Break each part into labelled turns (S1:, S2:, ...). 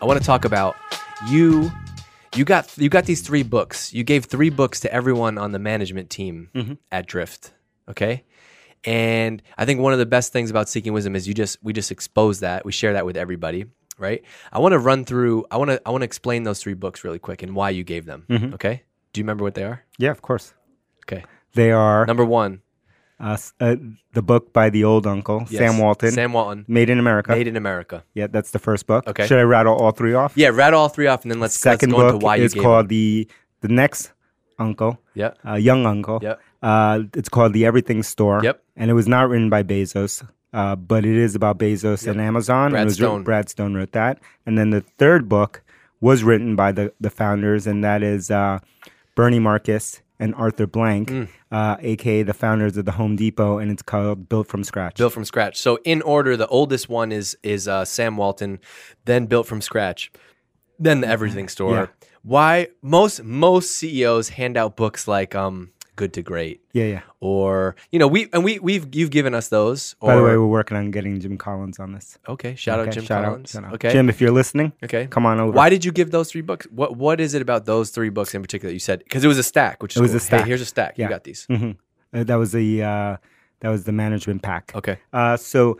S1: I want to talk about you. You got you got these three books. You gave three books to everyone on the management team
S2: Mm-hmm.
S1: at Drift. Okay, and I think one of the best things about seeking wisdom is you just we just expose that we share that with everybody. Right. I want to run through. I want to I want to explain those three books really quick and why you gave them.
S2: Mm-hmm.
S1: Okay. Do you remember what they are?
S2: Yeah, of course.
S1: Okay.
S2: They are
S1: Number one,
S2: uh, s- uh, the book by the old uncle,
S1: yes,
S2: Sam Walton,
S1: Sam Walton,
S2: Made in America.
S1: Made in America.
S2: yeah, that's the first book.
S1: Okay.
S2: Should I rattle all three off?
S1: Yeah, rattle all three off, and then let's,
S2: Second
S1: let's go
S2: book
S1: into why you
S2: is
S1: gave.
S2: called the the next uncle,
S1: Yep.
S2: uh, young uncle.
S1: Yep.
S2: Uh, it's called the Everything Store.
S1: Yep.
S2: And it was not written by Bezos, uh, but it is about Bezos and Amazon.
S1: Brad
S2: and it was writ-
S1: Stone.
S2: Brad Stone wrote that. And then the third book was written by the the founders, and that is uh, Bernie Marcus and Arthur Blank,
S1: Mm.
S2: uh, aka the founders of the Home Depot, and it's called Built from Scratch.
S1: Built from scratch. So in order, the oldest one is is uh, Sam Walton, then built from scratch, then the Everything Store.
S2: Mm-hmm. Yeah.
S1: Why most most CEOs hand out books like um, Good to Great,
S2: yeah, yeah.
S1: or you know we and we we've you've given us those. Or,
S2: By the way, we're working on getting Jim Collins on this.
S1: okay, shout out
S2: Okay,
S1: Jim
S2: shout out,
S1: Collins.
S2: shout out.
S1: Okay,
S2: Jim, if you're listening,
S1: okay,
S2: come on over.
S1: Why did you give those three books? What what is it about those three books in particular? that You said because it was a stack, which is
S2: It was a
S1: cool. Hey,
S2: stack.
S1: here's a stack. You
S2: Yeah.
S1: got these.
S2: Mhm. Uh, that was the uh, that was the management pack.
S1: Okay.
S2: Uh, so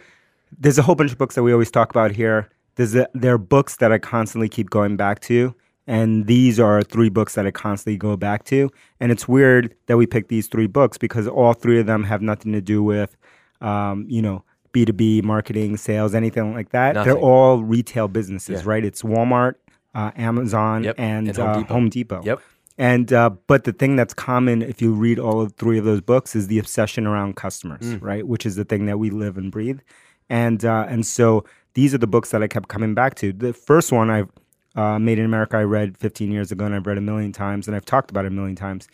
S2: there's a whole bunch of books that we always talk about here. There's a, there are books that I constantly keep going back to, and these are three books that I constantly go back to. And it's weird that we picked these three books because all three of them have nothing to do with, um, you know, B two B marketing, sales, anything like that.
S1: Nothing.
S2: They're all retail businesses,
S1: Yeah.
S2: right? It's Walmart, uh, Amazon,
S1: Yep,
S2: and,
S1: and Home
S2: uh,
S1: Depot.
S2: Home Depot.
S1: Yep.
S2: And uh, but the thing that's common if you read all of three of those books is the obsession around customers,
S1: Mm.
S2: right? Which is the thing that we live and breathe. And uh, and so these are the books that I kept coming back to. The first one I've uh, Made in America I read 15 years ago and I've read a million times and I've talked about it a million times.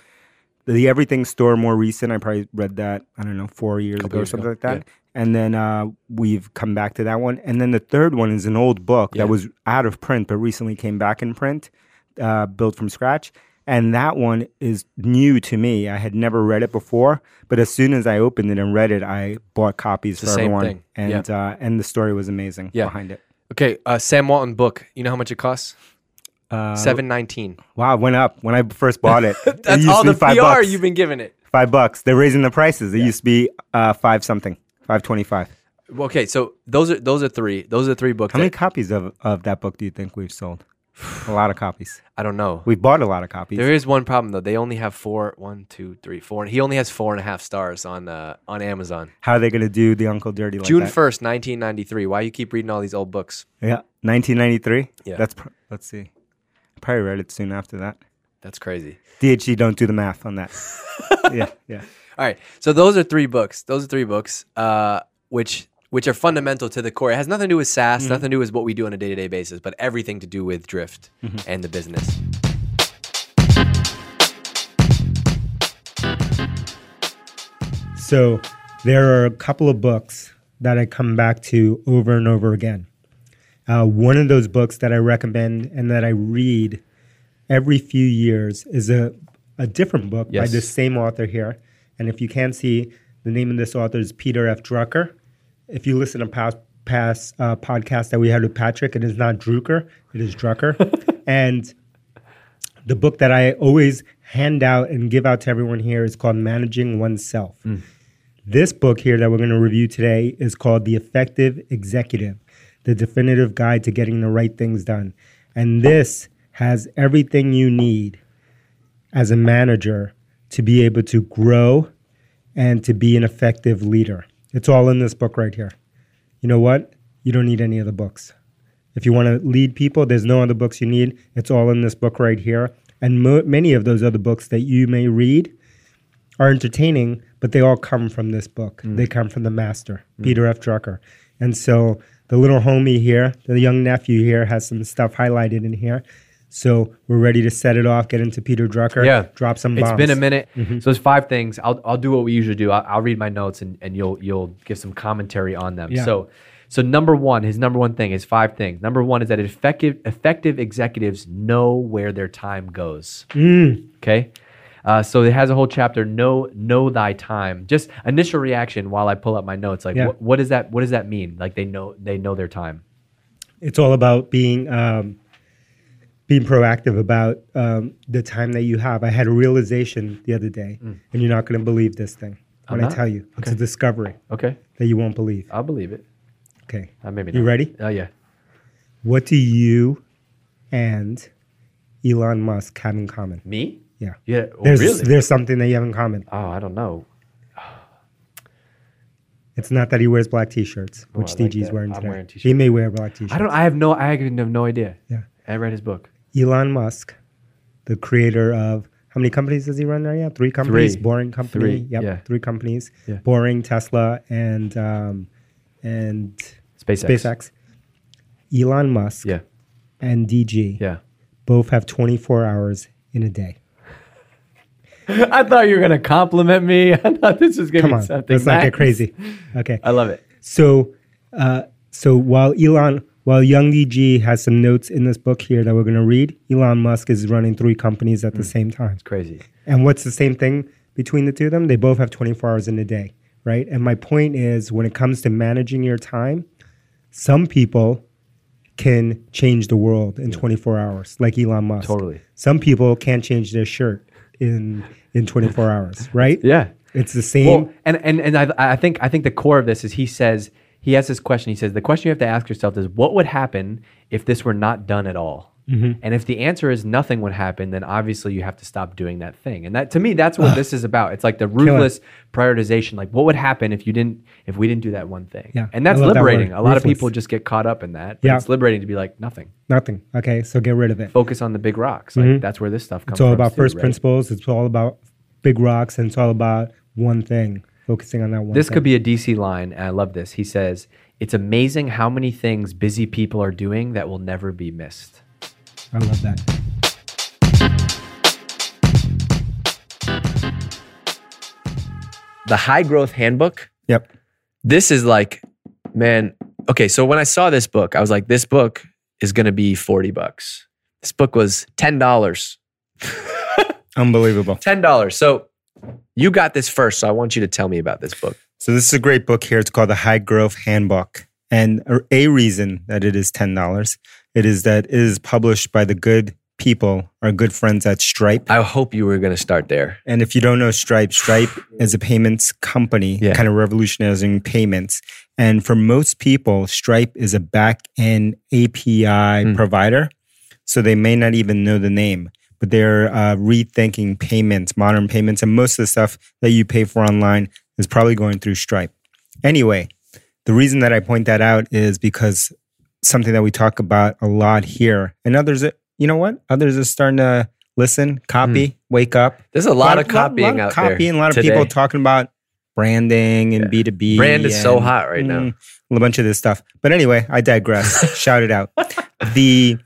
S2: The Everything Store more recent I probably read that I don't know four years ago or
S1: years ago,
S2: something like that. And then uh, we've come back to that one. And then the third one is an old book
S1: Yeah.
S2: that was out of print but recently came back in print uh, built from scratch. And that one is new to me. I had never read it before, but as soon as I opened it and read it, I bought copies
S1: the
S2: for
S1: same
S2: everyone.
S1: thing.
S2: And uh, and the story was amazing
S1: Yeah.
S2: behind it.
S1: Okay, uh, Sam Walton book. You know how much it costs?
S2: Uh,
S1: Seven nineteen.
S2: Wow, it went up when I first bought it. It
S1: That's
S2: used
S1: all
S2: to
S1: the
S2: be
S1: PR
S2: bucks.
S1: you've been giving it.
S2: Five bucks. They're raising the prices. It used to be uh, five something, five twenty-five.
S1: Okay, so those are those are three. Those are three books.
S2: How many
S1: that-
S2: copies of, of that book do you think we've sold? A lot of copies.
S1: I don't know.
S2: We've bought a lot of copies.
S1: There is one problem though. They only have four, one, two, three, four. He only has four and a half stars on uh, on Amazon.
S2: How are they going to do the Uncle Dirty like
S1: June
S2: that?
S1: first, nineteen ninety three. Why you keep reading all these old books?
S2: Yeah, 1993.
S1: Yeah.
S2: that's pr- let's see. I probably read it soon after that.
S1: That's crazy.
S2: DHG, don't do the math on that. yeah, yeah.
S1: All right, so those are three books. Those are three books, uh, which which are fundamental to the core. It has nothing to do with SaaS,
S2: Mm-hmm.
S1: nothing to do with what we do on a day to day basis, but everything to do with drift
S2: Mm-hmm.
S1: and the business.
S2: So there are a couple of books that I come back to over and over again. Uh, one of those books that I recommend and that I read every few years is a, a different book by
S1: Yes.
S2: this same author here. And if you can't see, the name of this author is Peter F. Drucker. If you listen to past, past uh, podcast that we had with Patrick, it is not Drucker, it is Drucker. and the book that I always hand out and give out to everyone here is called Managing Oneself. This book here that we're going to review today is called The Effective Executive, the definitive guide to getting the right things done. And this has everything you need as a manager to be able to grow and to be an effective leader. It's all in this book right here. You know what? You don't need any of the books. If you want to lead people, there's no other books you need. It's all in this book right here. And mo- many of those other books that you may read are entertaining, but they all come from this book.
S3: Mm.
S2: They come from the master, Peter F. Drucker. And so the little homie here, the young nephew here, has some stuff highlighted in here. So we're ready to set it off, get into Peter Drucker,
S3: Yeah.
S2: drop some bombs.
S3: It's been a minute.
S4: Mm-hmm.
S3: So there's five things. I'll, I'll do what we usually do. I'll, I'll read my notes and, and you'll you'll give some commentary on them.
S2: Yeah.
S3: So so number one, his number one thing is five things. Number one is that effective effective executives know where their time goes.
S4: Mm.
S3: Okay. Uh, so it has a whole chapter. Know know thy time. Just initial reaction while I pull up my notes. Like
S2: Yeah.
S3: wh- what does that what does that mean? Like they know they know their time.
S4: it's all about being um, being proactive about um, the time that you have. I had a realization the other day, and you're not going to believe this thing
S1: Mm. I'm
S4: when I
S1: not?
S4: tell you. It's a discovery
S1: Okay,
S4: that you won't believe.
S1: I'll believe it.
S4: Okay,
S1: Uh, maybe not.
S4: you ready?
S1: Oh yeah.
S4: What do you and Elon Musk have in common?
S1: Me?
S4: Yeah.
S1: Yeah. oh,
S4: There's
S1: really?
S4: there's something that you have in common.
S1: oh, I don't know.
S4: It's not that he wears black t-shirts, which
S1: Oh, I like
S4: DG's
S1: that.
S4: wearing
S1: I'm
S4: today.
S1: wearing
S4: He
S1: t-shirts.
S4: may wear black t-shirts.
S1: I don't. I have no. I even have no idea.
S4: Yeah.
S1: I read his book.
S4: Elon Musk, the creator of how many companies does he run right now? Three companies.
S1: Three.
S4: Boring company.
S1: Three,
S4: Yep.
S1: yeah.
S4: Three companies.
S1: Yeah.
S4: Boring Tesla and um, and
S1: SpaceX.
S4: SpaceX. Elon Musk
S1: Yeah.
S4: and DG
S1: Yeah.
S4: both have 24 hours in a day.
S1: I thought you were gonna compliment me. I thought this was gonna
S4: Come
S1: be
S4: on,
S1: something.
S4: let's not
S1: nice.
S4: get crazy. Okay.
S1: I love it.
S4: So, uh, so while Elon, while Young DG has some notes in this book here that we're going to read, Elon Musk is running three companies at the
S1: Hmm.
S4: same time.
S1: Crazy.
S4: And what's the same thing between the two of them? They both have 24 hours in a day, right? And my point is when it comes to managing your time, some people can change the world in 24 hours, like Elon Musk.
S1: Totally.
S4: Some people can't change their shirt in in 24 hours, right?
S1: Yeah.
S4: It's the same.
S1: Well, and and and I, I think I think the core of this is he says he has this question. He says the question you have to ask yourself is what would happen if this were not done at all.
S4: Mm-hmm.
S1: And if the answer is nothing would happen, then obviously you have to stop doing that thing. And that to me, that's what this is about. It's like the ruthless prioritization. Like what would happen if you didn't, if we didn't do that one thing?
S4: Yeah,
S1: And
S4: I
S1: that's
S4: love that word,
S1: liberating. a lot of
S4: ruthless.
S1: people just get caught up in that. but
S4: Yeah.
S1: it's liberating to be like nothing.
S4: Nothing. Okay, so get rid of it.
S1: Focus on the big rocks. Like that's where this stuff comes.
S4: Mm-hmm. It's all
S1: from
S4: about
S1: too,
S4: first
S1: right?
S4: principles. It's all about big rocks, and it's all about one thing, focusing on that one.
S1: This
S4: thing.
S1: could be a DC line, and I love this. He says, It's amazing how many things busy people are doing that will never be missed.
S4: I love that.
S5: The High Growth Handbook.
S4: Yep.
S5: This is like, man. Okay, so when I saw this book, I was like, this book is going to be forty bucks. This book was ten dollars.
S2: Unbelievable.
S5: Ten dollars. So you got this first. So I want you to tell me about this book.
S2: So this is a great book here. It's called The High Growth Handbook. And a- a reason that it is $10, it is that it is published by the good people, our good friends at Stripe.
S5: I hope you were going to start there.
S2: And if you don't know Stripe, Stripe is a payments company,
S5: Yeah.
S2: kind of revolutionizing payments. And for most people, Stripe is a back end API provider. So they may not even know the name, but they're uh, rethinking payments, modern payments. And most of the stuff that you pay for online is probably going through Stripe. Anyway, the reason that I point that out is because something that we talk about a lot here, and others, you know what? Others are starting to listen, copy, wake up
S5: There's a lot, of copying
S2: lot
S5: out
S2: of copying,
S5: there.
S2: a lot of
S5: today.
S2: people talking about branding and B2B.
S5: Brand is so
S2: and,
S5: hot right now.
S2: mm, A bunch of this stuff. But anyway, I digress. Shout it out. The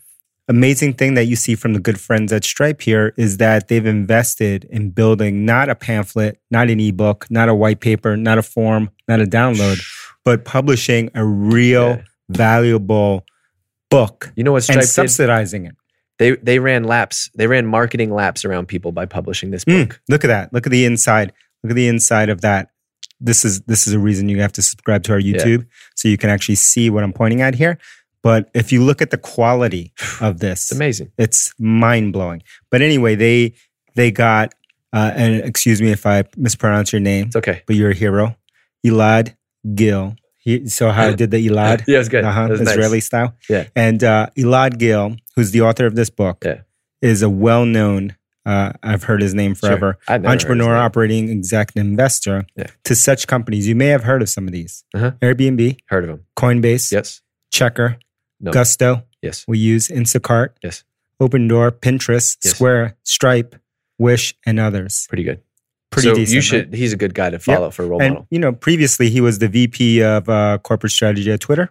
S2: amazing thing that you see from the good friends at Stripe here is that they've invested in building not a pamphlet, not an ebook, not a white paper, not a form, not a download, but publishing a real
S5: Yeah.
S2: valuable book
S5: You know what Stripe
S2: and
S5: did?
S2: subsidizing it.
S5: They they ran laps. They ran marketing laps around people by publishing this book.
S2: Mm, look at that. Look at the inside. Look at the inside of that. This is this is a reason you have to subscribe to our
S5: Yeah.
S2: YouTube so you can actually see what I'm pointing at here. But if you look at the quality of this,
S5: It's amazing.
S2: it's mind blowing. But anyway, they they got uh, and excuse me if I mispronounce your name,
S5: It's okay.
S2: but you're a hero, Elad Gil. He, so how I did the Elad?
S5: Yeah, it was good.
S2: uh-huh,
S5: It was nice.
S2: Israeli style.
S5: Yeah.
S2: And uh, Elad Gil, who's the author of this book,
S5: Yeah.
S2: is a well-known. Uh, I've heard his name
S5: Sure.
S2: forever.
S5: I've never heard his
S2: Entrepreneur,
S5: name.
S2: operating exec, and investor
S5: Yeah.
S2: to such companies. You may have heard of some of these:
S5: Uh-huh.
S2: Airbnb,
S5: Heard of him?
S2: Coinbase,
S5: Yes.
S2: Checker,
S5: No.
S2: Gusto.
S5: Yes.
S2: We use Instacart,
S5: Yes.
S2: Open Door, Pinterest,
S5: Yes.
S2: Square, Stripe, Wish, and others.
S5: Pretty good.
S2: Pretty
S5: so
S2: decent.
S5: You
S2: right?
S5: should. He's a good guy to follow for a role
S2: and
S5: model.
S2: you know previously he was the vp of uh, corporate strategy at twitter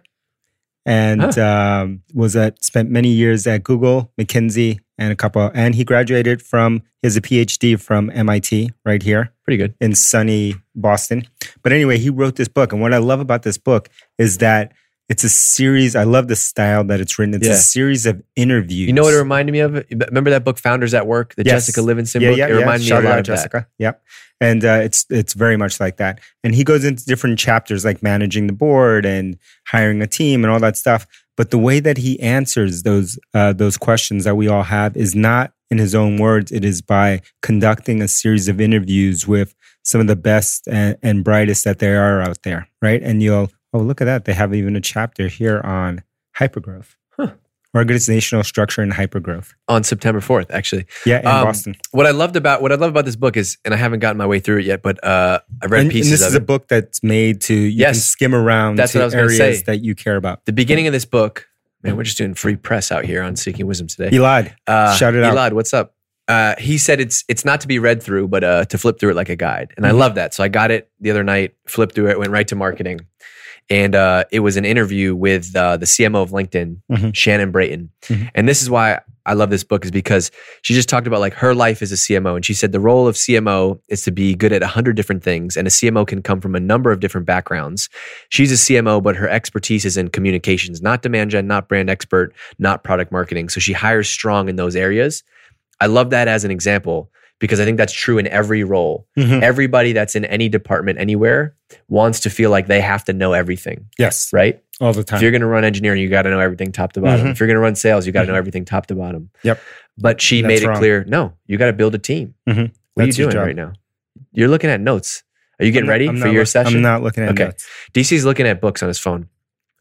S2: and um, was at spent many years at google mckinsey and a couple and he graduated from he has a phd from mit right here
S5: Pretty good.
S2: in sunny boston but anyway he wrote this book and what i love about this book is that it's a series i love the style that it's written it's
S5: Yeah.
S2: a series of interviews
S5: You know what it reminded me of? Remember that book, Founders at Work, the
S2: Yes.
S5: Jessica Livingston book? it reminded
S2: Shout
S5: me a
S2: out
S5: lot of
S2: Jessica. Yep. And uh, it's it's very much like that. And he goes into different chapters like managing the board and hiring a team and all that stuff. But the way that he answers those uh, those questions that we all have is not in his own words. It is by conducting a series of interviews with some of the best and, and brightest that there are out there, right? And you'll oh look at that, they have even a chapter here on hypergrowth, organizational structure and hypergrowth.
S1: on September 4th, actually.
S2: Yeah, in
S1: Um,
S2: Boston.
S1: What I loved about what I love about this book is, and I haven't gotten my way through it yet, but uh, I read
S2: And, and
S1: pieces
S2: this
S1: of
S2: is
S1: it.
S2: a book that's made to you can
S1: Yes.
S2: skim around
S1: That's
S2: to
S1: what I was gonna
S2: areas
S1: say.
S2: that you care about.
S1: the beginning of this book. Man, we're just doing free press out here on Seeking Wisdom today.
S2: Elad,
S1: Uh,
S2: Shout it out.
S1: Elad, what's up? Uh, he said it's it's not to be read through, but uh, to flip through it like a guide, and I love that. So I got it the other night, flipped through it, went right to marketing, and uh, it was an interview with uh, the CMO of LinkedIn,
S2: Mhm.
S1: Shannon Brayton,
S2: Mhm.
S1: and this is why I love this book is because she just talked about like her life as a CMO, and she said the role of CMO is to be good at a hundred different things, and a CMO can come from a number of different backgrounds. She's a CMO, but her expertise is in communications, not demand gen, not brand expert, not product marketing. So she hires strong in those areas. I love that as an example because I think that's true in every role.
S2: Mhm.
S1: Everybody that's in any department anywhere wants to feel like they have to know everything,
S2: yes,
S1: right?
S2: all the time.
S1: If you're going to run engineering, you got to know everything top to bottom.
S2: Mhm.
S1: If you're going to run sales, you got to know everything top to bottom.
S2: Yep.
S1: But she
S2: That's
S1: made it
S2: wrong.
S1: clear no, you got to build a team.
S2: Mhm.
S1: What
S2: That's
S1: are you
S2: your
S1: doing
S2: job.
S1: right now? You're looking at notes. Are you
S2: I'm
S1: getting
S2: not-
S1: ready
S2: I'm
S1: for
S2: not
S1: your
S2: look-
S1: session?
S2: I'm not looking at
S1: Okay.
S2: notes.
S1: DC's looking at books on his phone.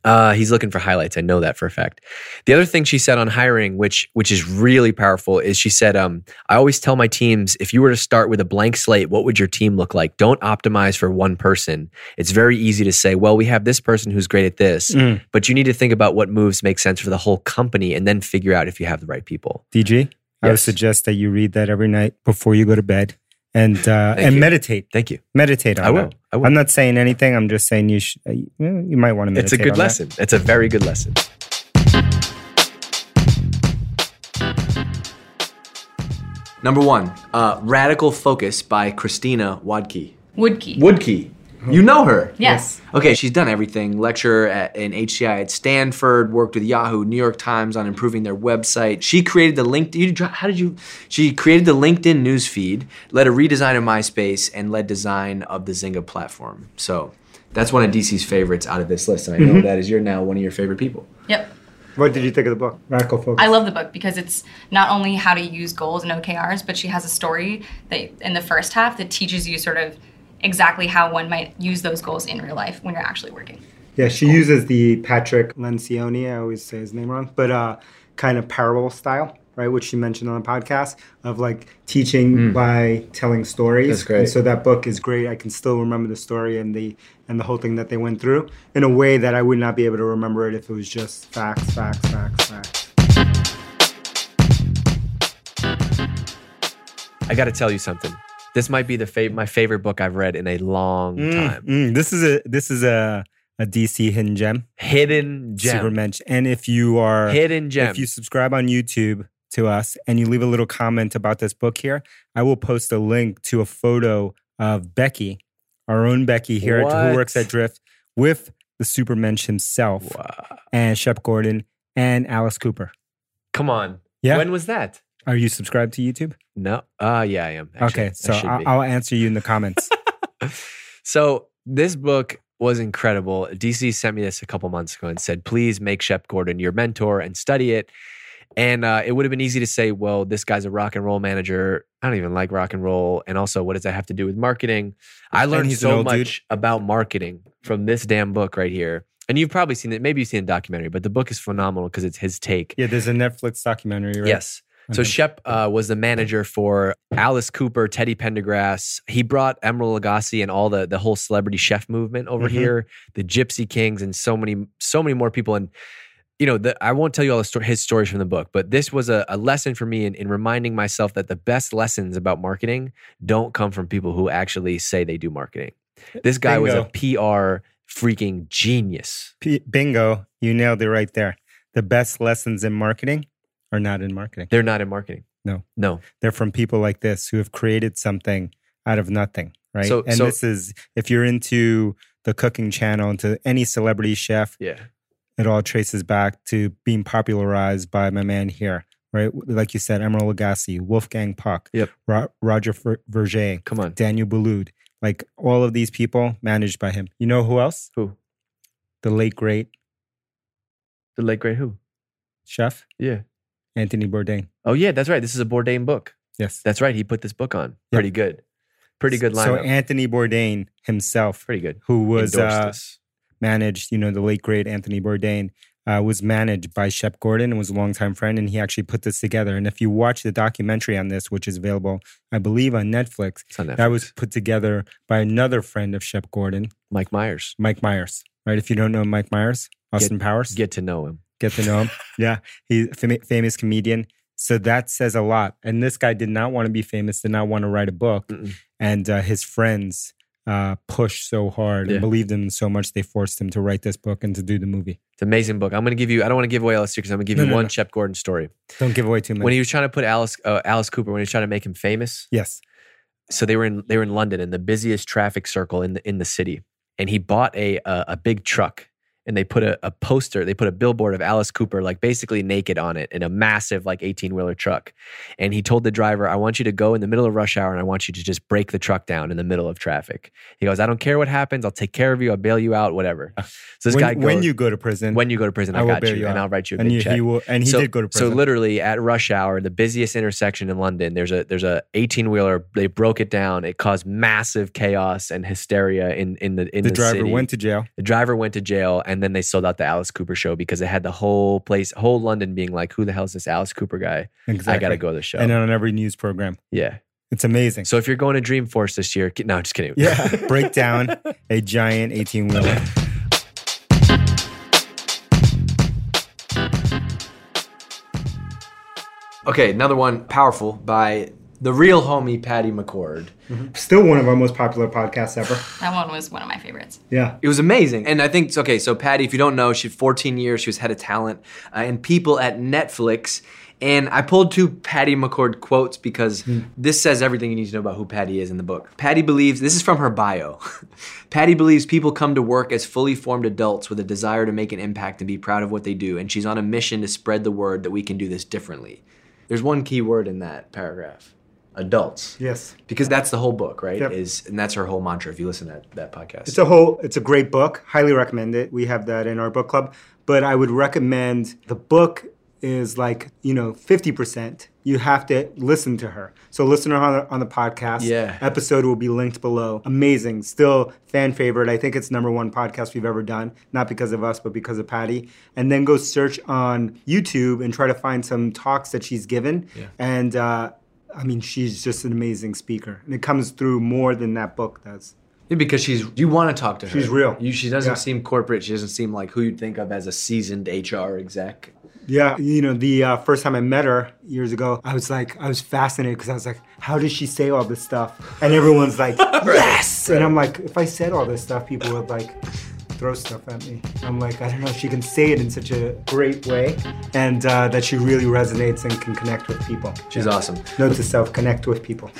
S1: Uh, he's looking for highlights. I know that for a fact. The other thing she said on hiring, which which is really powerful, is she said, um, "I always tell my teams if you were to start with a blank slate, what would your team look like? Don't optimize for one person. It's very easy to say, well, we have this person who's great at this,
S2: Mm.
S1: but you need to think about what moves make sense for the whole company, and then figure out if you have the right people."
S2: DG, I would
S1: Yes.
S2: suggest that you read that every night before you go to bed and uh,
S1: Thank
S2: and
S1: you.
S2: meditate.
S1: Thank you.
S2: Meditate on
S1: I will.
S2: that.
S1: I will.
S2: I'm not saying anything. I'm just saying you sh- uh, you you might want to meditate.
S1: it's a good
S2: on that.
S1: lesson. It's a very good lesson. Number one, uh, Radical Focus by Christina Wadke.
S6: Woodkey.
S1: Woodkey. You know her.
S6: Yes.
S1: Okay, she's done everything. Lecturer at, in HCI at Stanford, worked with Yahoo, New York Times on improving their website. She created the LinkedIn. You, dr- how did you? She created the LinkedIn newsfeed, led a redesign of MySpace, and led design of the Zynga platform. So that's one of DC's favorites out of this list, and I know that is you're now one of your favorite people.
S6: Yep.
S2: What did you think of the book?
S7: Radical focus.
S6: I love the book because it's not only how to use goals and OKRs, but she has a story that in the first half that teaches you sort of exactly how one might use those goals in real life when you're actually working.
S7: Yeah, she uses the Patrick Lencioni, I always say his name wrong, but uh, kind of parable style, right? Which she mentioned on the podcast of like teaching by telling stories.
S1: Mm. That's great.
S7: And so that book is great. I can still remember the story and the and the whole thing that they went through in a way that I would not be able to remember it if it was just facts, facts, facts, facts.
S1: I got to tell you something. This might be the fav- my favorite book I've read in a long time.
S2: Mm, this is a this is a a DC hidden gem,
S1: Hidden gem.
S2: super mensch. And if you are
S1: Hidden gem.
S2: if you subscribe on YouTube to us and you leave a little comment about this book here, I will post a link to a photo of Becky, our own Becky here at,
S1: What?
S2: who works at Drift with the Supermensch himself
S1: Wow.
S2: and Shep Gordon and Alice Cooper.
S1: Come on.
S2: Yeah.
S1: When was that?
S2: Are you subscribed to YouTube?
S1: No. Uh yeah, I am. Actually,
S2: okay,
S1: I
S2: so
S1: should
S2: I
S1: be.
S2: I'll answer you in the comments.
S1: so this book was incredible. DC sent me this a couple months ago and said, "Please make Shep Gordon your mentor and study it." And uh, it would have been easy to say, "Well, this guy's a rock and roll manager. I don't even like rock and roll." And also, what does that have to do with marketing? I
S2: And
S1: learned
S2: he's an
S1: so
S2: old
S1: much
S2: dude.
S1: about marketing from this damn book right here. And you've probably seen it. Maybe you've seen a documentary, but the book is phenomenal because it's his take.
S2: yeah, there's a Netflix documentary, right?
S1: Yes. So
S2: Okay.
S1: Shep uh, was the manager for Alice Cooper, Teddy Pendergrass. He brought Emeril Lagasse and all the the whole celebrity chef movement over
S2: Mhm.
S1: here, the Gypsy Kings, and so many so many more people. And you know, the, I won't tell you all the sto- his stories from the book, but this was a, a lesson for me in, in reminding myself that the best lessons about marketing don't come from people who actually say they do marketing. This guy was a
S2: Bingo.
S1: PR freaking genius.
S2: P- bingo, you nailed it right there. The best lessons in marketing are not in marketing.
S1: They're not in marketing.
S2: No.
S1: no.
S2: They're from people like this who have created something out of nothing, right?
S1: So-
S2: and
S1: so-
S2: this is if you're into the cooking channel, into any celebrity chef,
S1: Yeah.
S2: it all traces back to being popularized by my man here, right? Like you said, Emeril Lagasse, Wolfgang Puck,
S1: Yep.
S2: Ro- Roger Ver- Verger,
S1: Come on.
S2: Daniel Boulud, like all of these people managed by him. You know who else?
S1: Who?
S2: The late great
S1: The late great who?
S8: Chef
S1: Yeah.
S8: Anthony Bourdain.
S1: Oh yeah, that's right. This is a Bourdain book.
S8: Yes.
S1: That's right. He put this book on. Pretty good. Pretty good
S8: So
S1: lineup.
S8: Anthony Bourdain himself,
S1: Pretty good.
S8: who was
S1: Endorsed
S8: uh,
S1: this.
S8: managed, you know, the late great Anthony Bourdain, uh, was managed by Shep Gordon and was a longtime friend, and he actually put this together. And if you watch the documentary on this, which is available, I believe, on Netflix,
S1: It's on Netflix.
S8: that was put together by another friend of Shep Gordon,
S1: Mike Myers.
S8: Mike Myers. Right? If you don't know Mike Myers, Austin Powers,
S1: Get to know him.
S8: get to know him. yeah, he's a fam- famous comedian. So that says a lot. And this guy did not want to be famous, did not want to write a book.
S1: Mm-mm.
S8: And uh, his friends uh, pushed so hard
S1: Yeah.
S8: and believed in him so much, they forced him to write this book and to do the movie.
S1: It's an amazing book. I'm going to give you. I don't want to give away all the secrets. I'm going to give
S8: No,
S1: you
S8: no,
S1: one
S8: no.
S1: Shep Gordon story.
S8: Don't give away too much.
S1: When he was trying to put Alice uh, Alice Cooper, when he was trying to make him famous,
S8: yes.
S1: so they were in they were in London in the busiest traffic circle in the in the city, and he bought a a, a big truck, and they put a, a poster, they put a billboard of Alice Cooper like basically naked on it in a massive like eighteen wheeler truck, and he told the driver, "I want you to go in the middle of rush hour, and I want you to just break the truck down in the middle of traffic." He goes, "I don't care what happens, I'll take care of you, I'll bail you out, whatever." So
S8: Ah.
S1: this
S8: when,
S1: guy
S8: when
S1: goes-
S8: you go to prison,
S1: when you go to prison, I,
S8: I will
S1: got
S8: bail
S1: you,
S8: you
S1: and
S8: out.
S1: I'll write you a
S8: and
S1: big
S8: you,
S1: check.
S8: he will, and he
S1: so,
S8: did go to
S1: So
S8: prison.
S1: literally at rush hour, the busiest intersection in London, there's a there's a 18 wheeler. They broke it down. It caused massive chaos and hysteria in in the in
S8: the
S1: the,
S8: driver
S1: city.
S8: went to jail.
S1: the driver went to jail, and then they sold out the Alice Cooper show because it had the whole place, whole London being like, "Who the hell is this Alice Cooper guy?
S8: Exactly.
S1: I gotta go to the show."
S8: And uh, on every news program.
S1: yeah.
S8: It's amazing.
S1: So if you're going to Dreamforce this year, ki- no, I'm just kidding.
S8: yeah. Break down a giant 18 wheeler.
S1: Okay, another one, powerful by the real homie Patty McCord.
S2: Still one of our most popular podcasts ever.
S6: That one was one of my favorites.
S2: Yeah.
S1: It was amazing. And I think, okay, so Patty, if you don't know, she had 14 years, she was head of talent uh, and people at Netflix. And I pulled two Patty McCord quotes because this says everything you need to know about who Patty is in the book. Patty believes, this is from her bio. Patty believes people come to work as fully formed adults with a desire to make an impact and be proud of what they do. And she's on a mission to spread the word that we can do this differently. There's one key word in that paragraph adults.
S2: Yes.
S1: Because that's the whole book, right?
S2: Yep.
S1: Is and that's her whole mantra if you listen to that, that podcast.
S2: It's a whole. It's a great book. Highly recommend it. We have that in our book club. But I would recommend the book is like you know fifty percent. You have to listen to her. So listen to her on the, on the podcast.
S1: Yeah.
S2: Episode will be linked below. Amazing. Still fan favorite. I think it's number one podcast we've ever done. Not because of us, but because of Patty. And then go search on YouTube and try to find some talks that she's given. Yeah. And uh, I mean, she's just an amazing speaker, and it comes through more than that book does.
S1: Yeah, because she's you want to talk to her.
S2: She's real.
S1: You, she doesn't
S2: Yeah.
S1: seem corporate. She doesn't seem like who you'd think of as a seasoned HR exec.
S2: Yeah, you know, the uh, first time I met her years ago, I was like, I was fascinated because I was like, how does she say all this stuff? And everyone's like, yes. And I'm like, if I said all this stuff, people would like throw stuff at me. I'm like, I don't know if she can say it in such a great way, and uh, that she really resonates and can connect with people.
S1: She's awesome.
S2: Note to self: connect with people.